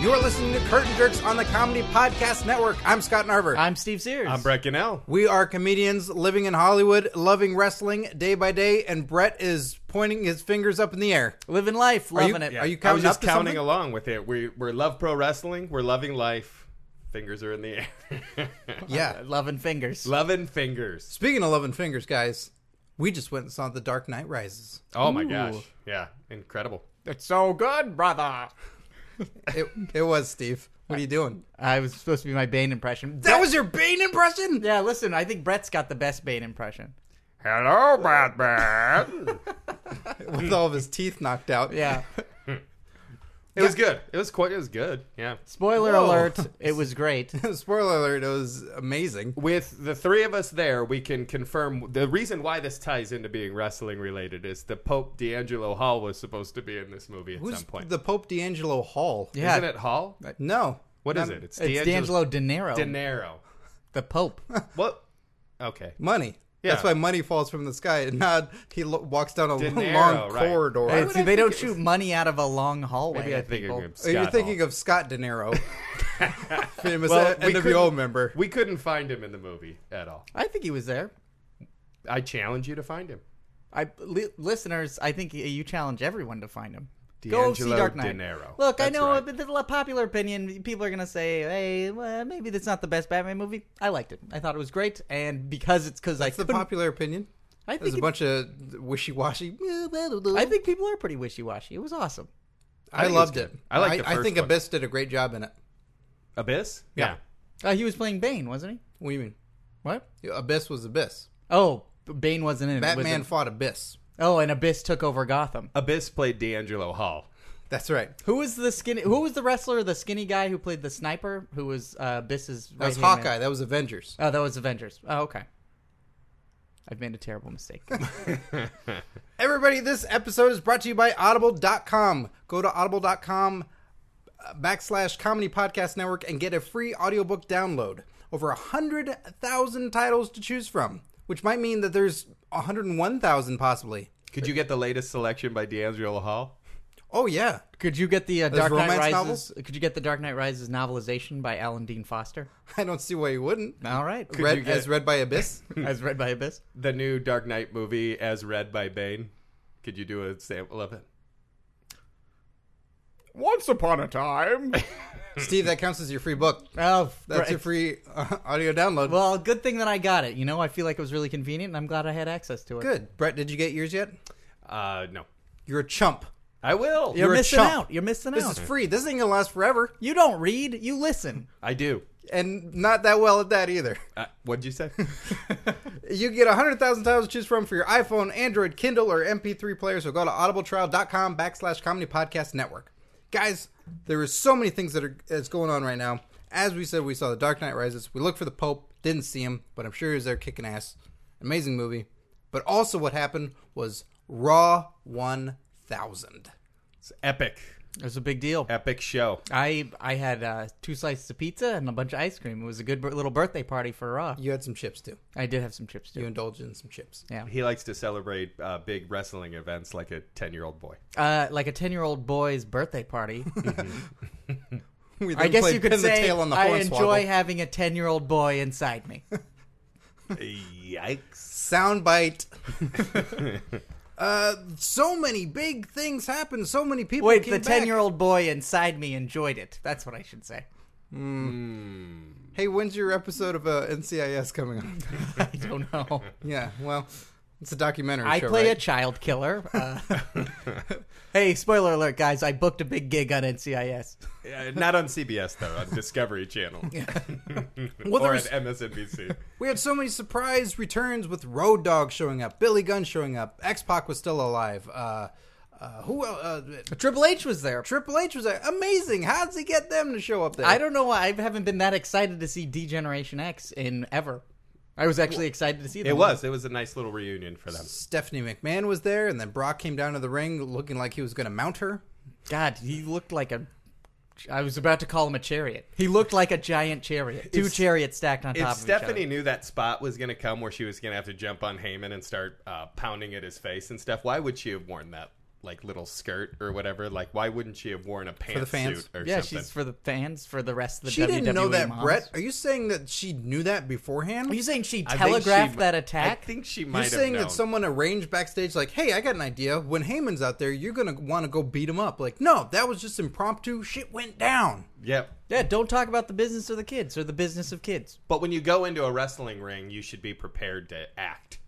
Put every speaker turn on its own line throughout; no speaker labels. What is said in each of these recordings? You're listening to Curtain Jerks on the Comedy Podcast Network. I'm Scott Narver.
I'm Steve Sears.
I'm Brett Ginnell.
we are comedians living in Hollywood, loving wrestling day by day, and Brett is pointing his fingers up in the air.
Living life,
Are
loving
you,
it.
Are you
I
counting
was just
up to
counting
something?
along with it. We we love pro wrestling. We're loving life. Fingers are in the air.
Yeah.
Loving fingers.
loving fingers.
Speaking of loving fingers, guys, we just went and saw The Dark Knight Rises.
Oh my gosh. Yeah, incredible.
it's so good, brother.
It, it was Steve. What are you doing?
I was supposed to be my Bane impression.
That was your Bane impression.
yeah, listen, I think Brett's got the best Bane impression.
Hello, Batman.
with all of his teeth knocked out.
Yeah.
it was good. It was quite. It was good. Yeah.
Spoiler
Whoa.
alert, it was great.
Spoiler alert, it was amazing.
With the three of us there, we can confirm the reason why this ties into being wrestling related is the Pope D'Angelo Hall was supposed to be in this movie at
Who's
some point.
the Pope D'Angelo Hall?
Yeah.
Isn't it Hall?
No.
What is
Not-
it? It's,
It's D'Angelo De Niro,
De Niro.
the Pope.
What? Okay.
Money.
Yeah.
That's why money falls from the sky and not he lo- walks down a
De
lo-
Niro,
long
right.
corridor.
Hey,
would
see,
I
they
think
don't
it
shoot money out of a long hallway.
Maybe I
at
think
people.
of
Oh,
Scott
You're thinking
Hall.
of Scott De Niro, famous
Well, we
NWO
couldn't-
member.
We couldn't find him in the movie at all.
I think he was there.
I challenge you to find him.
I li- listeners, I think y- you challenge everyone to find him. Go see
D'Angelo
Dark
De
Knight.
Niro.
Look, I
That's
know
right.
but the l- popular opinion. People are gonna say, "Hey, well, maybe that's not the best Batman movie." I liked it. I thought it was great, and because it's because I
It's the
couldn't-
popular opinion.
I
There's
think
a
it-
bunch of wishy-washy.
I
I,
think people are pretty wishy-washy. It was awesome.
I think
loved
it's
it.
good. I liked the
I
first
think
one.
Abyss did a great job in it.
Abyss?
Yeah.
Uh, he was playing Bane, wasn't he?
What do you mean?
What?
Abyss was Abyss.
Oh, Bane wasn't in it. it. was
Batman
in-
fought Abyss.
oh, and Abyss took over Gotham.
Abyss played D'Angelo Hall.
That's right.
Who was the skinny? Who was the wrestler? The skinny guy who played the sniper? Who was uh, Abyss's?
That was
right-hand man?
Hawkeye. That was Avengers.
Oh, that was Avengers. Oh, okay. I've made a terrible mistake.
Everybody, this episode is brought to you by Audible.com. Go to audible.com uh, backslash comedy podcast network and get a free audiobook download. Over 100,000 titles to choose from, which might mean that there's 101,000 possibly.
Could you get the latest selection by D'Angelo Hall?
Oh, yeah.
could you get the uh, Dark Knight
romance
Rises?
novels?
Could you get the Dark Knight Rises novelization by Alan Dean Foster?
I don't see why you wouldn't.
All right,
you
Read,
get-
as read by Abyss?
as read by Abyss.
The new Dark Knight movie as read by Bane? Could you do a sample of it?
Once upon a time.
Steve, that counts as your free book.
oh,
That's
right.
your free uh, audio download.
well, good thing that I got it. You know, I feel like it was really convenient, and I'm glad I had access to it.
Good. Brett, did you get yours yet?
Uh, no.
You're a chump.
I will.
You're,
You're a
missing
chump.
out. You're missing
This
out.
is free. This ain't going to last forever.
you don't read. You listen.
I do.
And not that well at that either.
Uh, what'd you say?
You get 100,000 titles to choose from for your iPhone, Android, Kindle, or MP3 player, so go to audibletrial.com backslash comedy podcast network. Guys, there is so many things that are that's going on right now. As we said, we saw The Dark Knight Rises. We looked for the Pope, didn't see him, but I'm sure he was there kicking ass. Amazing movie. But also what happened was Raw 1000.
it's epic.
It was a big deal.
Epic show.
I I had uh, two slices of pizza and a bunch of ice cream. It was a good bir- little birthday party for Raw.
You had some chips, too.
I did have some chips too.
You indulged in some chips.
yeah.
He likes to celebrate uh, big wrestling events like a 10 year old boy.
uh, like a ten-year-old boy's birthday party.
We
I
then
guess
played
you could
pin the
say
tail on the
I
hornswoggle.
enjoy having a ten-year-old boy inside me.
Yikes.
soundbite. uh, so many big things happened. So many people.
Wait,
came
the
back.
ten-year-old boy inside me enjoyed it. That's what I should say.
Hey, when's your episode of uh, NCIS coming on?
I don't know.
yeah, well, it's a documentary.
I
show,
play a
right?
child killer. Uh, hey, spoiler alert, guys! I booked a big gig on NCIS.
Uh, not on CBS, though, on Discovery Channel
Well,
or
there's,
on MSNBC.
we had so many surprise returns with Road Dog showing up, Billy Gunn showing up, X Pac was still alive. Uh, uh, who? el- Uh,
Triple H was there.
Triple H was like, amazing. How would he get them to show up there?
I don't know why I haven't been that excited to see Degeneration X in ever. I was actually excited to see them.
It was. It was a nice little reunion for them.
Stephanie McMahon was there, and then Brock came down to the ring looking like he was going to mount her.
God, he looked like a. I was about to call him a chariot. He looked like a giant chariot. Two
If-
chariots stacked on top
If
of
Stephanie
each
knew that spot was going to come where she was going to have to jump on Heyman and start uh, pounding at his face and stuff, why would she have worn that like little skirt or whatever. Like, why wouldn't she have worn a
the fans.
pantsuit or
yeah,
something?
she's for the fans, for the rest of the
She
WWE
didn't know that,
moms.
Brett. Are you saying that she knew that
Are
beforehand?
you saying she
I think she
telegraphed
mi-
that
I
attack?
think she might
You're
have
saying
known.
that someone arranged backstage, like, "Hey, I got an idea. When Heyman's out there, you're gonna want to go beat him up." Like, no, that was just impromptu. Shit went down.
Yep.
yeah, don't talk about the business of the kids or the business of kids.
But when you go into a wrestling ring, you should be prepared to act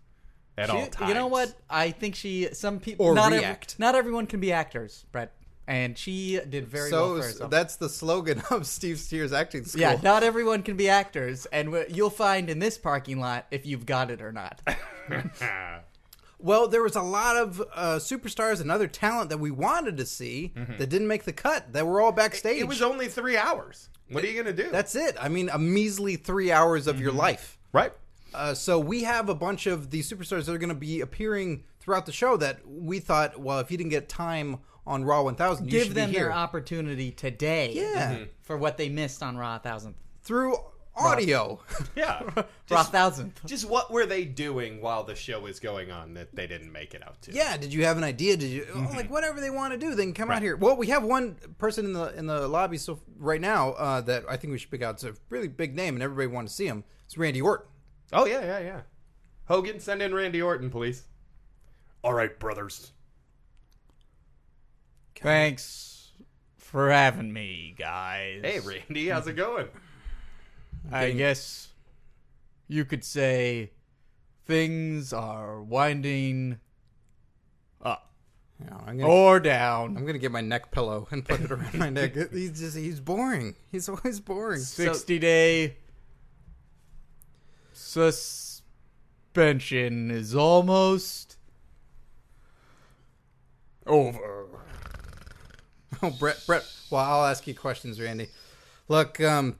at all
You-
times.
You know what? I think she. Some people
Or
not ev-
react.
not everyone can be actors, Brett, and she did very
so
well
it
for
was-
herself.
that's the slogan of Steve Steers acting school.
yeah, not everyone can be actors, and wh- you'll find in this parking lot if you've got it or not.
Well, there was a lot of uh, superstars and other talent that we wanted to see that didn't make the cut. That were all backstage.
Mm-hmm. It was only three hours. What are you going to do?
That's it. I mean, a measly three hours of your
Mm-hmm.
life.
right.
Uh, so we have a bunch of the superstars that are going to be appearing throughout the show that we thought, well, if you didn't get time on Raw 1000, you
Give
should
them
be here
their opportunity today.
Yeah.
For what they missed on Raw Thousandth.
through audio.
Yeah.
Raw Thousandth.
Just what were they doing while the show is going on that they didn't make it out to?
yeah. Did you have an idea? Did you oh, like
Mm-hmm.
whatever they want to do? They can come out here. Well, we have one person in the in the lobby so right now uh, that I think we should pick out. It's a really big name, and everybody wanted to see him. It's Randy Orton.
Oh yeah, yeah, yeah. Hogan, send in Randy Orton, please. All right, brothers.
Thanks for having me, guys.
Hey, Randy, how's it going?
I guess you could say things are winding up
You know, I'm gonna,
or down.
I'm gonna get my neck pillow and put it around my neck. He's just he's boring. He's always boring.
60 day suspension is almost over.
Oh, Brett, Brett. Well, I'll ask you questions, Randy. Look, um,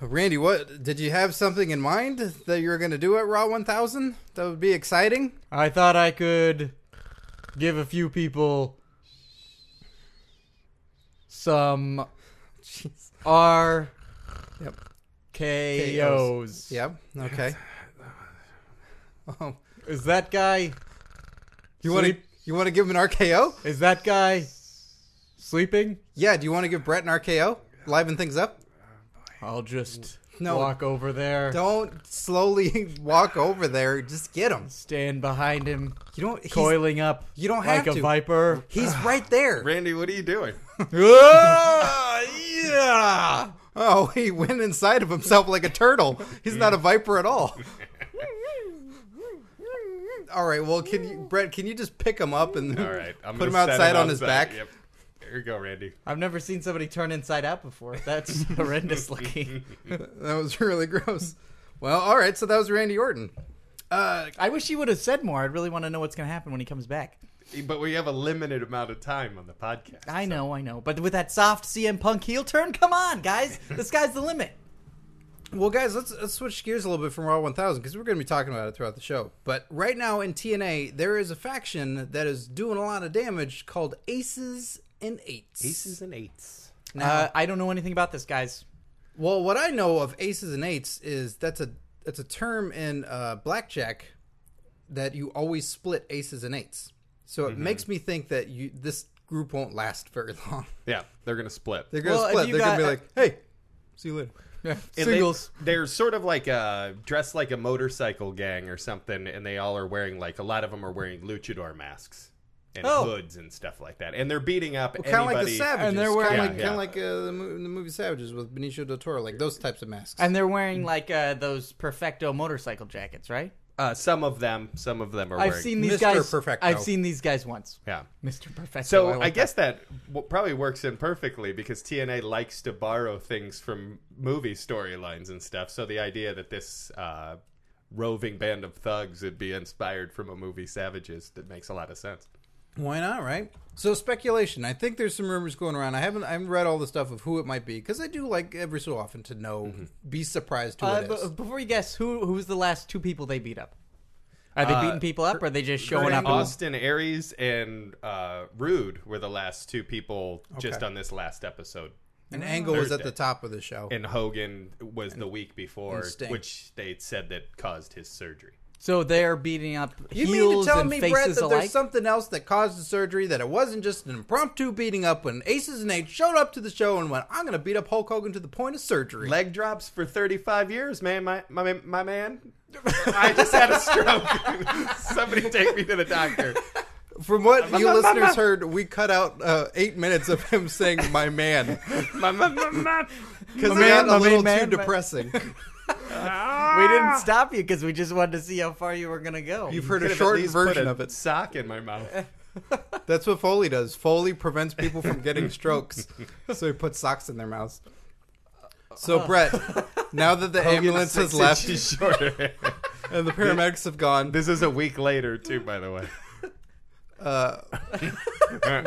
Randy, what did you have something in mind that you were going to do at Raw 1000? That would be exciting.
I thought I could give a few people some
Jeez.
R
Yep.
KOs.
Yep. Okay. Oh,
Is that guy
you want to
Sleep.
you want to give him an RKO?
is that guy sleeping?
Yeah. Do you want to give Brett an RKO? Liven things up.
I'll just
No.
walk over there.
Don't slowly walk over there. Just get him.
Stand behind him,
You don't. he's-
coiling up
you don't have
like a
to.
viper.
He's right there.
Randy, what are you doing?
Ah, yeah.
Oh, he went inside of himself like a turtle. He's not a viper at all. All right. Well, can you, Brett? Can you just pick him up and
All right, I'm
put
gonna
him
set
outside on his
outside.
back?
Yep. Here you go, Randy.
I've never seen somebody turn inside out before. That's horrendous looking.
That was really gross. Well, all right. So that was Randy Orton. Uh,
I wish he would have said more. I'd really want to know what's going to happen when he comes back.
But we have a limited amount of time on the podcast.
I know, I know. But with that soft CM Punk heel turn, come on, guys. The sky's the limit.
well, guys, let's let's switch gears a little bit from Raw 1000 because we're going to be talking about it throughout the show. But right now in TNA, there is a faction that is doing a lot of damage called Aces and Eights.
and eights.
Uh, I don't know anything about this, guys.
Well, what I know of aces and eights is that's a that's a term in uh, blackjack that you always split aces and eights. So
Mm-hmm.
it makes me think that you this group won't last very long.
Yeah, they're gonna split.
They're gonna
Well, if
split.
you
They're gonna be
got-
like, "Hey, see you later."
And they-
Singles.
they're sort of like a dressed like a motorcycle gang or something, and they all are wearing like a lot of them are wearing luchador masks and
Oh.
hoods and stuff like that, and they're beating up
Kind of
anybody.
like the Savages,
And they're wearing-
kind of
Yeah,
like, kinda
yeah.
like uh, the, mo- the movie Savages with Benicio del Toro, like those types of masks.
And they're wearing like uh, those Perfecto motorcycle jackets, right?
Uh, some of them, some of them are.
I've
wearing,
seen these
Mr.
guys.
Perfecto.
I've seen these guys once.
Yeah.
Mr. Perfecto.
So
like
I, guess that w- probably works in perfectly because TNA likes to borrow things from movie storylines and stuff. So the idea that this uh, roving band of thugs would be inspired from a movie Savages that makes a lot of sense.
Why not, right? So speculation. I think there's some rumors going around. I haven't I haven't read all the stuff of who it might be because I do like every so often to know,
Mm-hmm.
be surprised who
that. Uh,
it is.
b- before you guess, who who's the last two people they beat up? Are they
Uh,
beating people up, or are they just showing up?
Frank
and-
Austin Aries and uh, Rude were the last two people just
Okay.
on this last episode.
And Angle was at
Thursday.
the top of the show.
And Hogan was the week before,
Sting.
which they said that caused his surgery.
So they're beating up
You
heels
mean to tell
and
me,
faces
Brett, that
alike.
there's something else that caused the surgery, that it wasn't just an impromptu beating up when Aces and Eight showed up to the show and went, I'm going to beat up Hulk Hogan to the point of surgery?
Leg drops for 35 years, man. My my my man. I just had a stroke. Somebody take me to the doctor.
From what you listeners heard, we cut out uh, eight minutes of him saying, my man.
My, my, my, my.
Because
My
it got
man, my
a little too
main man, but-
depressing.
we didn't stop you because we just wanted to see how far you were going to go.
Ah! You've heard
Could
a
have at
shortened
least put
version
a
of it.
Sock in my mouth.
That's what Foley does. Foley prevents people from getting strokes, so he puts socks in their mouths.
Uh.
So Brett, now that the ambulance has
Six
left
inches shorter.
and the paramedics have gone,
this is a week later, too, by the way.
uh,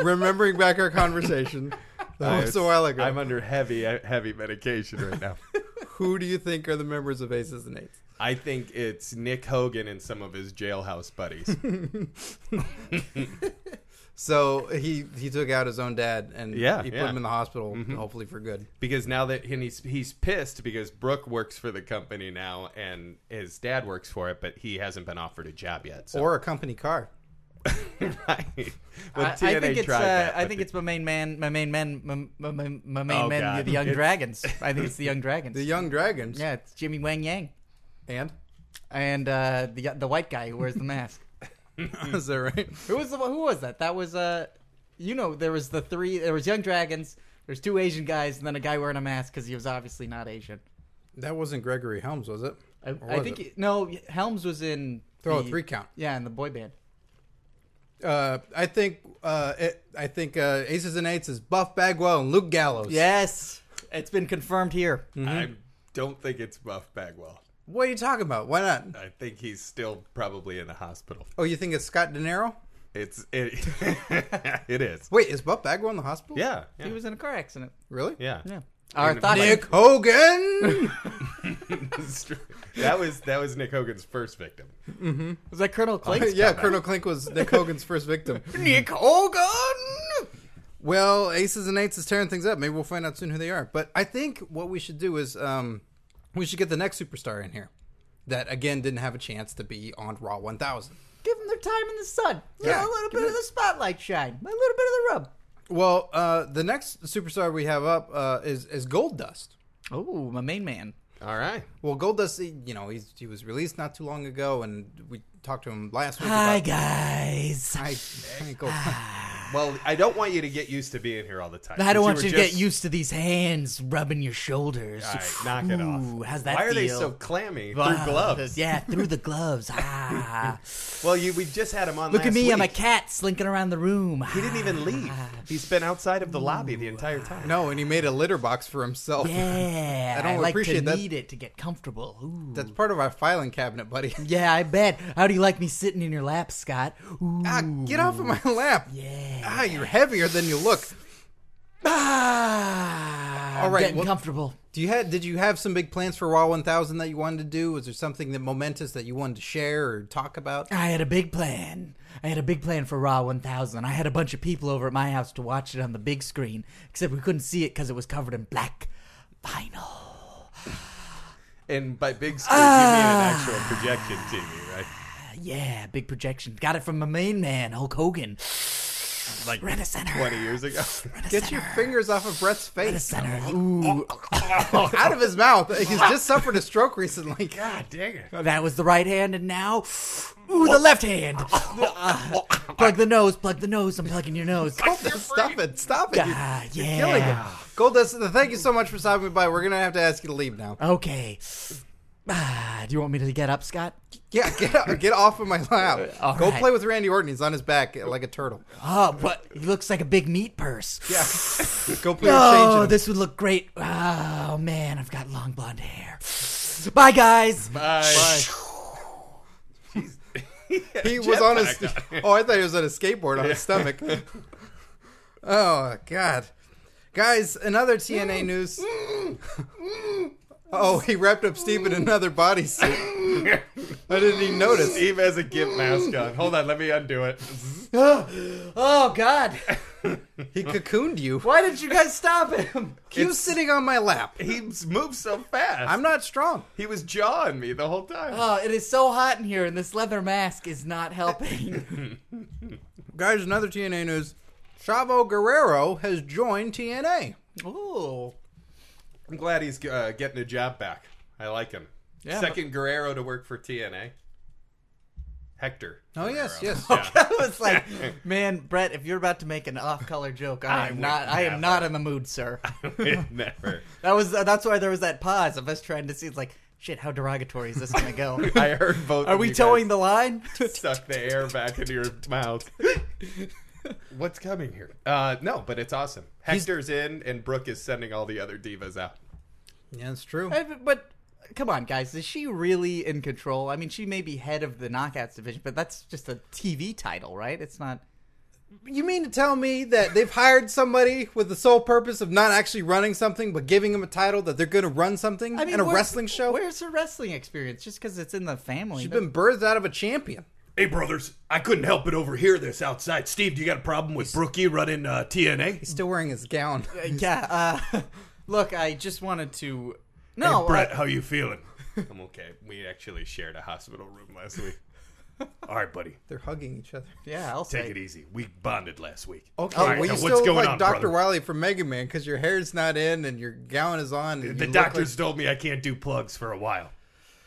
remembering back our conversation that was a while ago,
I'm under heavy, heavy medication right now.
who do you think are the members of Aces and Eights?
I think it's Nick Hogan and some of his jailhouse buddies.
So he he took out his own dad and
Yeah,
he put
yeah.
him in the hospital, hopefully for good.
because now that and he's he's pissed because Brooke works for the company now and his dad works for it, but he hasn't been offered a job yet. So
Or a company car.
right. Well,
I, I
TNA
think it's
tried
uh,
that,
I
but
think
the-
it's my main man, my main man, my, my, my- my main
Oh,
man,
God.
the Young
It's-
Dragons. I think it's the Young Dragons.
The Young Dragons.
yeah, it's Jimmy Wang Yang
And
and uh, the the white guy who wears the mask.
is that right?
Who was the who was that? That was uh, you know, there was the three. There was Young Dragons. There's two Asian guys and then a guy wearing a mask because he was obviously not Asian.
That wasn't Gregory Helms, was it?
I,
Or
I
was
think
it?
he- no Helms was in
Throw a
the-
three count.
Yeah, in the boy band.
Uh, I think uh, it, I think uh, Aces and Eights is Buff Bagwell and Luke Gallows.
Yes, it's been confirmed here.
I don't think it's Buff Bagwell.
What are you talking about? Why not?
I think he's still probably in the hospital.
Oh, you think it's Scott De Niro?
It's it. it is.
Wait, is Buff Bagwell in the hospital?
Yeah. Yeah.
He was in a car accident.
Really?
yeah.
Yeah. Our
Nick-
thoughts.
Nick Hogan.
It's true. that was that was Nick Hogan's first victim.
Was that Colonel Clayton?
yeah, Colonel Klink was Nick Hogan's first victim.
Nick Hogan.
Well, Aces and Eights is tearing things up. Maybe we'll find out soon who they are. But I think what we should do is um, we should get the next superstar in here that again didn't have a chance to be on Raw 1000.
Give them their time in the sun. You
Yeah.
know, a little bit of the spotlight shine. A little bit of the rub.
Well, uh, the next superstar we have up uh, is is Gold Dust.
Oh, my main man.
All right.
Well, Goldust, he- you know, he's, he was released not too long ago, and we talked to him last week.
Hi
about,
guys.
Hi, hi, Goldust.
Well, I don't want you to get used to being here all the time.
I don't want
were
you to
just-
get used to these hands rubbing your shoulders.
All right, knock it off.
Ooh, how's that
Why are they
feel?
so clammy
Ah,
through gloves?
Yeah, through the gloves. Ah.
Well, you, we just had him on.
Look at
last
me, I'm a Ah.
week.
cat slinking around the room.
He didn't even leave. He's been outside of the lobby the entire
Ah.
time.
no, and he made a litter box for himself.
Yeah,
I don't
like
appreciate
to
that.
need it to get comfortable. Ooh.
That's part of our filing cabinet, buddy.
Yeah, I bet. How do you like me sitting in your lap, Scott? Ooh.
Ah, get off of my lap.
Yeah.
Ah, you're heavier than you look.
Ah,
All right,
Getting
well-
comfortable.
Do you had? Did you have some big plans for Raw 1000 that you wanted to do? Was there something that momentous that you wanted to share or talk about?
I had a big plan. I had a big plan for Raw 1000. I had a bunch of people over at my house to watch it on the big screen, except we couldn't see it because it was covered in black vinyl.
And by big screen, you
Ah.
mean an actual projection TV, right?
Yeah, big projection. Got it from my main man, Hulk Hogan.
Like
Renaissance.
twenty years ago.
Get your fingers off of Brett's
The
face,
center. Ooh,
out of his mouth. He's just suffered a stroke recently.
God dang it!
that was the right hand, and now, ooh, the left hand. Ah, plug the nose, plug the nose. I'm plugging your nose.
Stop it! Stop it!
Ah, yeah.
killing him. Goldust, thank you so much for stopping by. We're gonna have to ask you to leave now.
Okay. Ah, do you want me to get up, Scott?
Yeah, get out, get off of my lap.
All
Go
right.
play with Randy Orton. He's on his back like a turtle.
Oh, but he looks like a big meat purse.
Yeah. Go play with
Oh,
change.
this would look great. Oh man, I've got long blonde hair. Bye, guys.
Bye.
He was on his.
Jetpack.
Oh, I thought he was on his skateboard on his stomach. oh God, guys! Another TNA news. oh, he wrapped up Steve in another bodysuit. I didn't even notice.
Steve has a gimp mask on. Hold on, let me undo it.
Oh God.
He cocooned you.
Why did you guys stop him?
You sitting on my lap.
He s- moves so fast.
I'm not strong.
he was jawing me the whole time.
Oh, it is so hot in here, and this leather mask is not helping.
Guys, another TNA news. Chavo Guerrero has joined TNA.
Ooh.
I'm glad he's uh, getting a job back. I like him.
Yeah.
Second Guerrero to work for TNA. Hector.
Oh, yes,
Guerrero.
yes.
Yeah.
I was like, man, Brett, if you're about to make an off-color joke, I
I
am
would
not. I am
never.
not in the mood, sir.
Never.
That was. that's why there was that pause of us trying to see. It's like, shit, how derogatory is this gonna go?
I heard both.
Are
of
we
you
towing
guys
the line?
Suck the air back into your mouth. What's coming here? Uh, no, but it's awesome. Hector's in, and Brooke is sending all the other divas out.
Yeah, it's true.
I- Uh, but come on, guys, is she really in control? I mean, she may be head of the knockouts division, but that's just a TV title, right? It's not.
You mean to tell me that they've hired somebody with the sole purpose of not actually running something, but giving them a title that they're going to run something
I mean,
in a
where-
wrestling show?
Where's her wrestling experience? Just because it's in the family.
She's been birthed out of a champion.
Hey, brothers, I couldn't help but overhear this outside. Steve, do you got a problem with Brookie running uh, TNA?
Still wearing his gown.
yeah. Uh, look, I just wanted to. No,
hey,
uh,
Brett, how you feeling?
I'm okay. We actually shared a hospital room last week.
All right, buddy,
They're hugging each other.
yeah, I'll
take
say.
it easy. We bonded last week.
Okay,
All right,
well, you
now
still
what's
look
going
like
on,
Dr.
brother?
Wiley from Mega Man because your hair's not in and your gown is on. and
The
you look
doctors told me I can't do plugs for a while.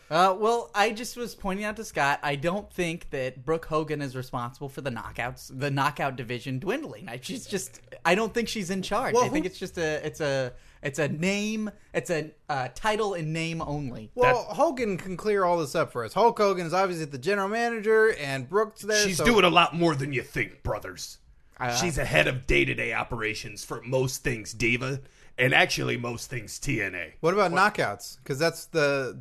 Uh, well, I just was pointing out to Scott. I don't think that Brooke Hogan is responsible for the knockouts, the knockout division dwindling. I, she's just. I don't think she's in charge. I
who-
think it's just a. It's a. It's a name. It's a uh, title and name only.
Like, well, Hogan can clear all this up for us. Hulk Hogan is obviously the general manager, and Brooks there.
She's
so-
doing a lot more than you think, brothers. She's ahead of day to day operations for most things, Diva, and actually most things TNA.
What about knockouts? Because that's the.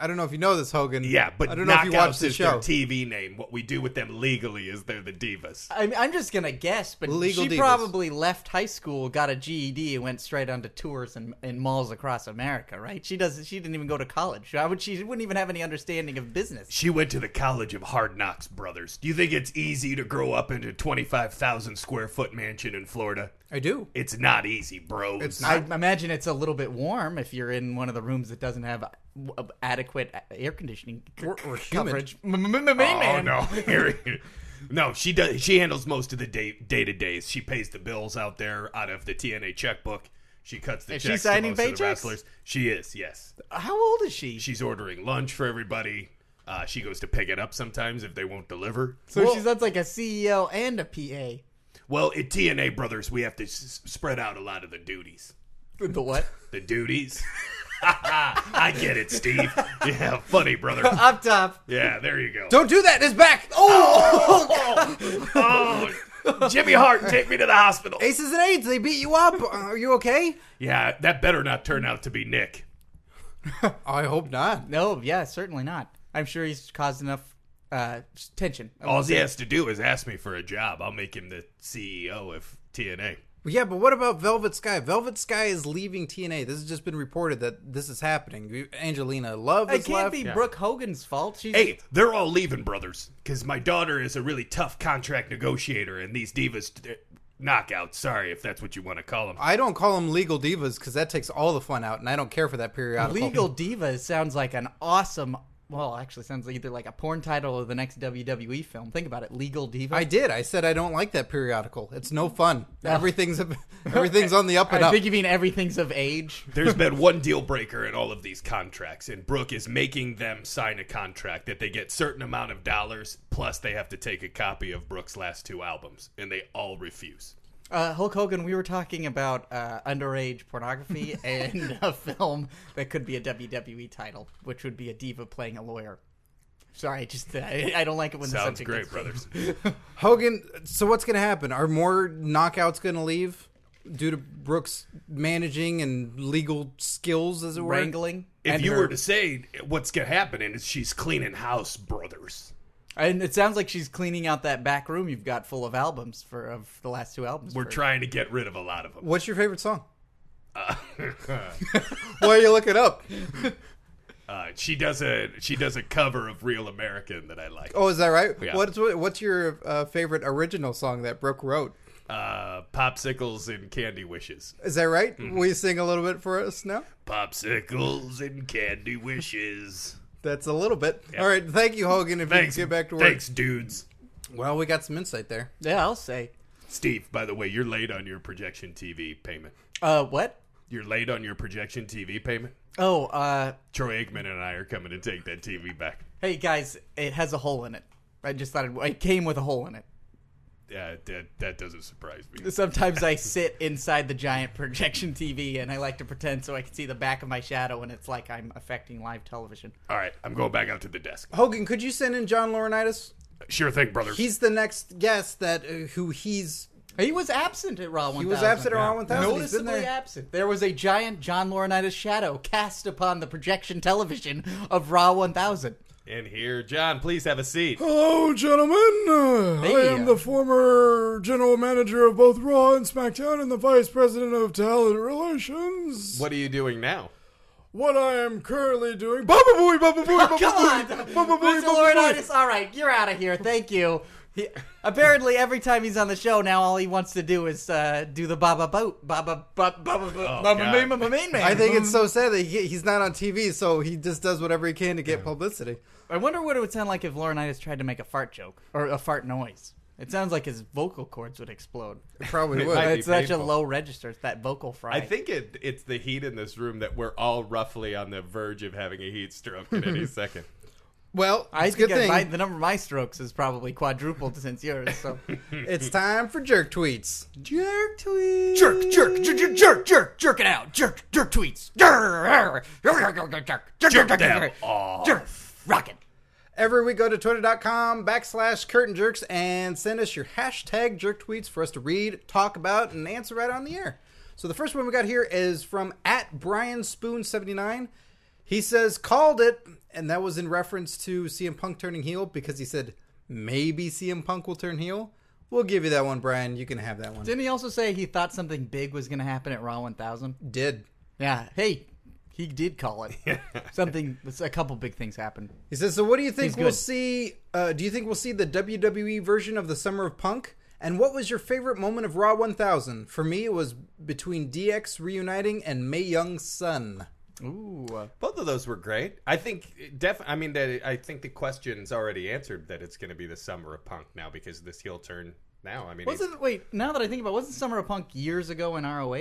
I don't know if you know this, Hogan.
Yeah, but
I don't know if you watch
knockouts
the
is
show.
their TV name. What we do with them legally is they're the Divas.
I'm, I'm just gonna guess, but
Legal
she
divas.
probably left high school, got a GED, and went straight onto tours in, in malls across America. Right? She does. She didn't even go to college. Why would she wouldn't even have any understanding of business.
She went to the College of Hard Knocks, brothers. Do you think it's easy to grow up into a 25,000 square foot mansion in Florida?
I do.
It's not easy, bros.
It's
I
not.
imagine it's a little bit warm if you're in one of the rooms that doesn't have uh, adequate air conditioning c-
Or- or humid.
coverage. M- m- m- main
oh,
man.
no. Here- no, she does. She handles most of the day day to days. She pays the bills out there out of the TNA checkbook. She cuts the
Is she
checks
signing
to most of
paychecks?
the wrestlers. She is, yes.
How old is she?
She's ordering lunch for everybody. Uh, she goes to pick it up sometimes if they won't deliver.
so she's that's like a CEO and a PA.
Well, at TNA Brothers, we have to s- spread out a lot of the duties.
The what?
The duties. I get it, Steve. Yeah, funny, brother.
Up top.
Yeah, there you go.
Don't do that. His back. Oh,
Oh, Jimmy Hart, take me to the hospital.
aces and eights. They beat you up. Uh, Are you okay?
Yeah, that better not turn out to be Nick.
I hope not.
No, yeah, certainly not. I'm sure he's caused enough uh, tension.
All he has to do is ask me for a job. I'll make him the CEO of TNA.
But yeah, but what about Velvet Sky? Velvet Sky is leaving TNA. This has just been reported that this is happening. Angelina Love
It
is left.
can't be Brooke Hogan's fault. She's
Hey, they're all leaving, brothers, because my daughter is a really tough contract negotiator, and these divas knockouts. Sorry if that's what you want to call them.
I don't call them legal divas because that takes all the fun out, and I don't care for that periodical.
Legal Diva sounds like an awesome. Well, actually, sounds like either like a porn title or the next WWE film. Think about it, Legal Diva.
I did. I said I don't like that periodical. It's no fun. Everything's everything's on the up and
I
up.
think you mean everything's of age.
There's been one deal breaker in all of these contracts, and Brooke is making them sign a contract that they get certain amount of dollars, plus they have to take a copy of Brooke's last two albums, and they all refuse.
Uh, Hulk Hogan, we were talking about uh, underage pornography and a film that could be a WWE title, which would be a diva playing a lawyer. Sorry, just I, I don't like it when the
Sounds
subject
great,
gets-
brothers.
Hogan. So what's going to happen? Are more knockouts going to leave due to Brooks managing and legal skills, as it were?
wrangling.
If
and
you
her-
were to say what's gonna happen, and she's cleaning house, brothers.
and it sounds like she's cleaning out that back room you've got full of albums for of the last two albums.
We're
for-
trying to get rid of a lot of them.
What's your favorite song? Why are you looking up?
Uh, she does a she does a cover of Real American that I like.
Oh, is that right?
Yeah.
What's what's your uh, favorite original song that Brooke wrote?
uh, popsicles and candy wishes.
Is that right?
Mm-hmm.
Will you sing a little bit for us now?
Popsicles and candy wishes.
That's a little bit. All right. Thank you, Hogan. If
Thanks.
you can get back to work.
Thanks, dudes.
Well, we got some insight there.
Yeah, I'll say.
Steve, by the way, you're late on your projection TV payment.
Uh, what?
You're late on your projection TV payment.
Oh, uh,
Troy Aikman and I are coming to take that TV back.
hey guys, it has a hole in it. I just thought it, it came with a hole in it.
Uh, that, that doesn't surprise me.
Sometimes I sit inside the giant projection TV and I like to pretend so I can see the back of my shadow, and it's like I'm affecting live television.
All right, I'm going back out to the desk.
Hogan, could you send in John Laurinaitis?
Sure thing, brother.
He's the next guest that uh, who he's
He was absent at Raw 1000.
he was absent around one thousand. He's been
Noticeably
there.
absent. There was a giant John Laurinaitis shadow cast upon the projection television of Raw 1000.
In here, John, please have a seat.
Hello, gentlemen. Uh,
Hey.
I am the former general manager of both Raw and SmackDown and the vice president of talent relations.
What are you doing now?
What I am currently doing. Baba booey, baba booey,
Oh,
baba
God!
booey. Baba booey, baba
Mr.
booey.
Laurinaitis, all right, you're out of here. Thank you. He, apparently, every time he's on the show now, all he wants to do is uh, do the Baba Boat. Baba, Baba, Baba, Baba,
God.
Main, Baba, Main Man.
I think it's so sad that he, he's not on TV, so he just does whatever he can to get publicity.
I wonder what it would sound like if Laurinaitis tried to make a fart joke or a fart noise. It sounds like his vocal cords would explode.
It probably would.
might be
It's such a
painful.
low register. It's that vocal fry.
I think it, it's the heat in this room that we're all roughly on the verge of having a heat stroke at any second.
well,
I
it's a good
think
thing.
my, the number of my strokes is probably quadrupled since yours. So
It's time for jerk tweets.
jerk tweet,
Jerk, jerk, jerk, jerk, jerk, jerk, jerk it out.
jerk, jerk tweets, jerk, jerk, jerk, jerk, jerk, jerk, jerk,
them
jerk, jerk, rocket.
Every week, go to twitter.com backslash curtain jerks and send us your hashtag jerk tweets for us to read, talk about, and answer right on the air. So the first one we got here is from at Brian Spoon 79. He says, called it, and that was in reference to CM Punk turning heel because he said, maybe CM Punk will turn heel. We'll give you that one, Brian. You can have that one.
Didn't he also say he thought something big was going to happen at Raw 1000?
Did.
Yeah. Hey, he did call it. something. A couple big things happened.
He says, "So what do you think
He's
we'll
good.
see? Uh, do you think we'll see the WWE version of the Summer of Punk? And what was your favorite moment of Raw 1000? For me, it was between DX reuniting and May Young's son.
Ooh.
Both of those were great. I think it def I mean that I think the question's already answered that it's going to be the summer of punk now because this heel turn now. I mean, he's-
Wasn't wait? Now that I think about, it, wasn't Summer of Punk years ago in ROH?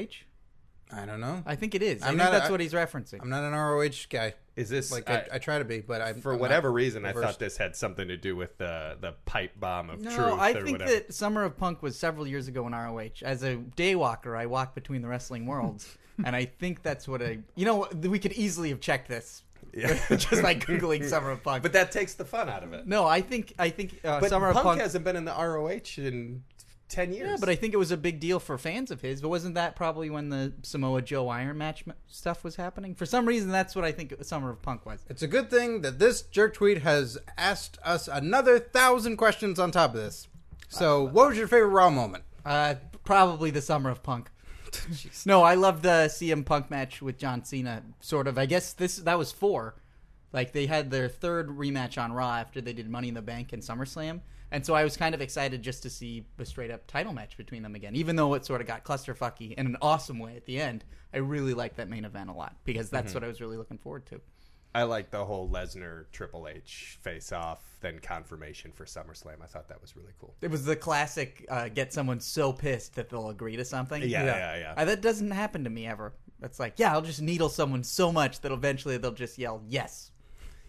I don't know. I,
I think it is. I
I'm
think
not-
that's
I-
what he's referencing.
am not an ROH guy.
is this
Like
I-
I, I try to be, but I
for whatever reason? I thought this had something to do with the the pipe bomb of
no,
truth
I
or
think
whatever.
that Summer of Punk was several years ago in ROH. As a day walker, I walk between the wrestling worlds, and I think that's what I. You know, we could easily have checked this just by googling Summer of Punk.
but that takes the fun out of it.
no, I think I think uh,
but
Summer
punk,
of Punk.
hasn't been in the ROH in ten years.
yeah, but I think it was a big deal for fans of his. But wasn't that probably when the Samoa Joe Iron Match m- stuff was happening? For some reason, that's what I think Summer of Punk was.
It's a good thing that this jerk tweet has asked us another thousand questions on top of this. So, what was your favorite Raw moment?
Uh, probably the summer of punk. no, I loved the CM Punk match with John Cena. Sort of. I guess this that was four. Like they had their third rematch on Raw after they did Money in the Bank and SummerSlam, and so I was kind of excited just to see a straight up title match between them again. Even though it sort of got clusterfucky in an awesome way at the end, I really liked that main event a lot because that's what I was really looking forward to.
I like the whole Lesnar Triple H face off, then confirmation for SummerSlam. I thought that was really cool.
It was the classic uh, get someone so pissed that they'll agree to something.
Yeah, Yeah. yeah, yeah.
Uh, that doesn't happen to me ever. It's like, yeah, I'll just needle someone so much that eventually they'll just yell yes.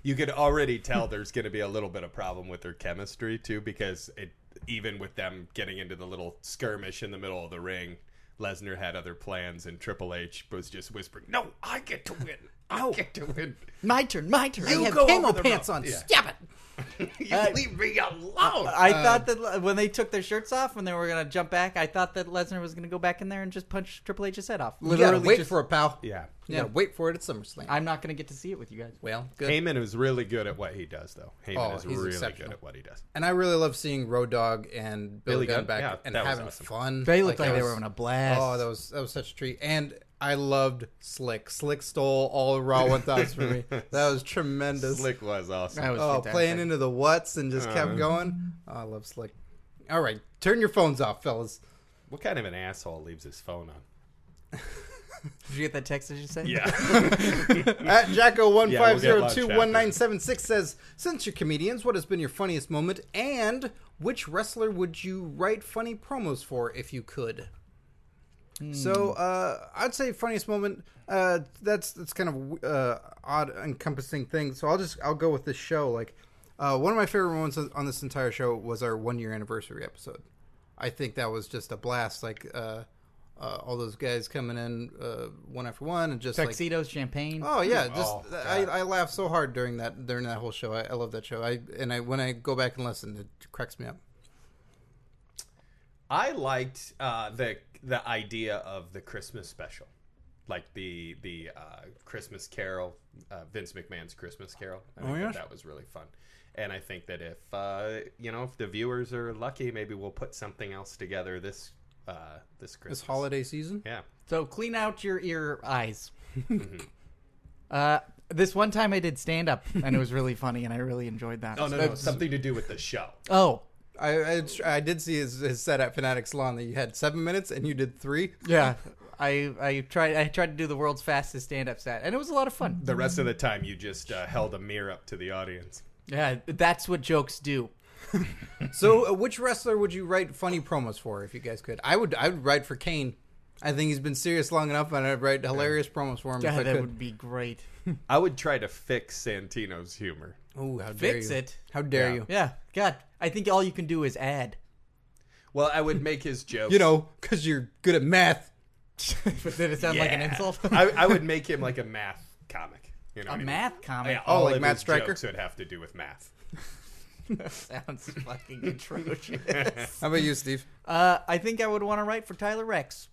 you could already tell there's going to be a little bit of problem with their chemistry too because it even with them getting into the little skirmish in the middle of the ring Lesnar had other plans and Triple H was just whispering no I get to win I get to win
My turn, my turn.
You
I have
go
camo
over the
pants
rope.
on.
Yeah.
Stop it. Uh,
you leave me alone
I thought that Le- when they took their shirts off when they were gonna jump back, I thought that Lesnar was gonna go back in there and just punch Triple H's head off.
You gotta
Literally,
wait
just-
for it, pal.
yeah
You gotta wait for it at SummerSlam.
I'm not gonna get to see it with you guys.
well, good.
Heyman is really good at what he does though Heyman
Oh,
is
he's
really
exceptional.
good at what he does
And I really love seeing Road Dog and Billy,
Billy
Gunn
Gunn,
back
yeah,
and
that was
having
awesome.
fun.
They looked like,
that
they
was-
were on a blast.
Oh, that was that was such a treat. And I loved Slick. Slick stole all of Raw 1000 for me. That was tremendous.
Slick was Um, awesome
That was
oh,
fantastic.
playing into the what's and just kept going. Oh, I love Slick. All right, turn your phones off, fellas.
What kind of an asshole leaves his phone on?
Did you get that text I just sent?
Yeah.
At Jacko one
Yeah,
five
we'll get
zero
lunch
two
after.
one nine seven six says, "Since you're comedians, what has been your funniest moment, and which wrestler would you write funny promos for if you could?" So
Hmm.
uh, I'd say funniest moment. Uh, that's that's kind of uh, odd, encompassing thing. So I'll just I'll go with this show. Like uh, one of my favorite moments on this entire show was our one year anniversary episode. I think that was just a blast. Like uh, uh, all those guys coming in uh, one after one, and just like
Tuxedos, champagne.
Oh yeah, just
Oh,
I, I laugh so hard during that during that whole show. I, I love that show. I and I when I go back and listen, it cracks me up.
I liked uh, the the idea of the Christmas special, like the the uh, Christmas Carol, uh, Vince McMahon's Christmas Carol. I think
yeah?
that, that was really fun, and I think that if uh, you know if the viewers are lucky, maybe we'll put something else together this uh, this Christmas
This holiday season,
Yeah,
So clean out your ear eyes.
Mm-hmm.
uh, this one time I did stand up and it was really funny and I really enjoyed that.
Oh, no, no, no, something to do with the show.
Oh,
I I, I did see his, his set at Fanatics Lawn that you had seven minutes and you did three.
yeah. I I tried I tried to do the world's fastest stand up set and it was a lot of fun.
The rest of the time, you just uh, held a mirror up to the audience.
Yeah, that's what jokes do.
So, uh, which wrestler would you write funny promos for if you guys could? I would I would write for Kane. I think he's been serious long enough, and I'd write hilarious promos for him. if I
God, that
could.
would be great.
I would try to fix Santino's humor.
Ooh, how dare
Fix
you.
it.
How dare
Yeah.
you?
Yeah, God, I think all you can do is add.
Well, I would make his jokes.
You know, because you're good at math.
but did it sound like an
Yeah.
insult?
I, I would make him like a math comic. You know,
a
what I mean?
math comic.
Yeah, all
like
of
Matt
his
Stryker?
jokes would have to do with math.
sounds fucking atrocious.
How about you, Steve?
Uh, I think I would want to write for Tyler Rex.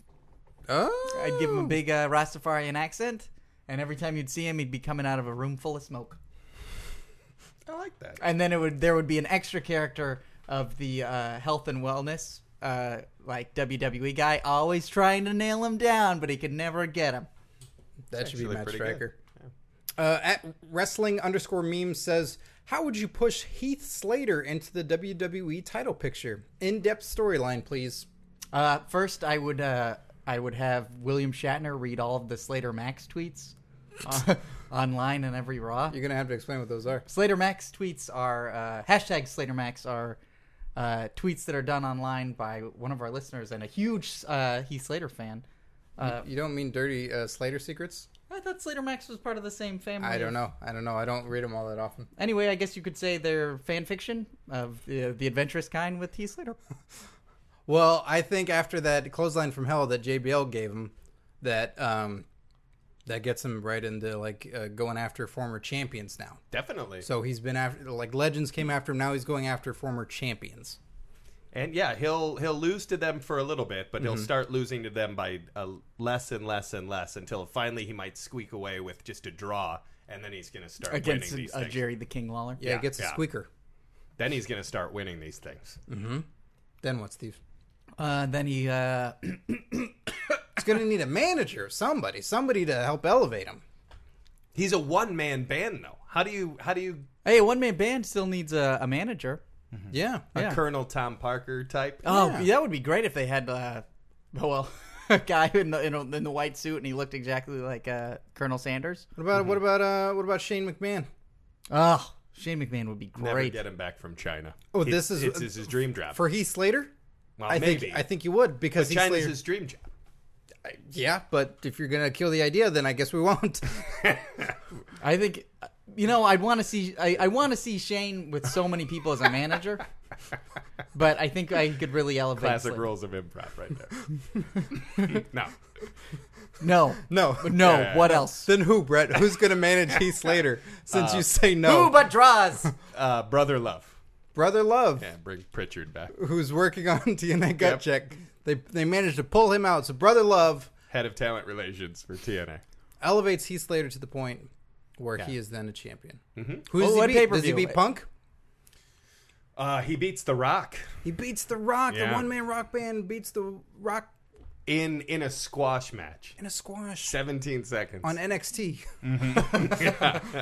Oh,
I'd give him a big uh, Rastafarian accent, and every time you'd see him, he'd be coming out of a room full of smoke.
I like that.
And then it would there would be an extra character of the uh, health and wellness, uh, like WWE guy, always trying to nail him down, but he could never get him.
That should be
actually
Matt
pretty
Striker. Uh, at wrestling underscore meme says, "How would you push Heath Slater into the WWE title picture? In depth storyline, please."
Uh, first, I would uh, I would have William Shatner read all of the Slater Max tweets uh, online and every Raw.
You're gonna have to explain what those are.
Slater Max tweets are uh, hashtag Slater Max are uh, tweets that are done online by one of our listeners and a huge uh, Heath Slater fan. Uh,
You don't mean dirty uh, Slater secrets?
I thought Slater Max was part of the same family.
I don't
of-
know. I don't know. I don't read them all that often.
Anyway, I guess you could say they're fan fiction of the, the adventurous kind with Heath Slater.
Well, I think after that clothesline from hell that JBL gave him, that um, that gets him right into like uh, going after former champions now.
Definitely.
So he's been after like legends came after him. Now he's going after former champions.
and yeah, he'll he'll lose to them for a little bit, but he'll start losing to them by uh, less and less and less until finally he might squeak away with just a draw, and then he's going to start
against
winning these
uh,
things.
Jerry the King Lawler.
Yeah,
Yeah,
it gets a
yeah.
squeaker.
Then he's going to start winning these things.
Mm.
Then what, Steve?
Uh, then he uh,
He's going to need a manager, somebody, somebody to help elevate him.
He's a one man band though. How do you how do you
hey, a one man band still needs a, a manager.
Yeah.
a
Mm-hmm. Yeah.
Colonel Tom Parker type?
Oh, that would be great if they had. Uh, oh well, a guy in the in, a, in the white suit and he looked exactly like uh, Colonel Sanders.
What about
Mm-hmm.
what about uh what about Shane McMahon?
Oh, Shane McMahon would be
Never
great.
get him back from China.
Oh,
It's-
this is-
it's, his- his dream job.
For Heath Slater?
well,
Uh,
I
maybe
think I think you would because Heath
China's
Slater,
his dream job.
Yeah, but if you're going to kill the idea, then I guess we won't.
I think you know I'd want to see I, I want to see Shane with so many people as a manager. but I think I could really elevate.
Classic
Slater.
rules of improv, right there. no,
No,
no.
no.
Yeah.
What else?
Then who, Brett? Who's going to manage Heath Slater since you say no?
Uh, Who but draws?
uh, brother love.
Brother Love,
Yeah, bring Pritchard back.
who's working on TNA Gut
Yep.
Check. They they managed to pull him out. So Brother Love
Head of talent relations for TNA.
elevates Heath Slater to the point where he is then a champion. Mm-hmm. Who does
Well, what
he beat? Does he
pay-per-view?
beat Punk?
Uh, he beats The Rock
He beats the Rock. The
Yeah.
one man rock band beats the Rock
in in a squash match.
in a squash
Seventeen seconds
on NXT.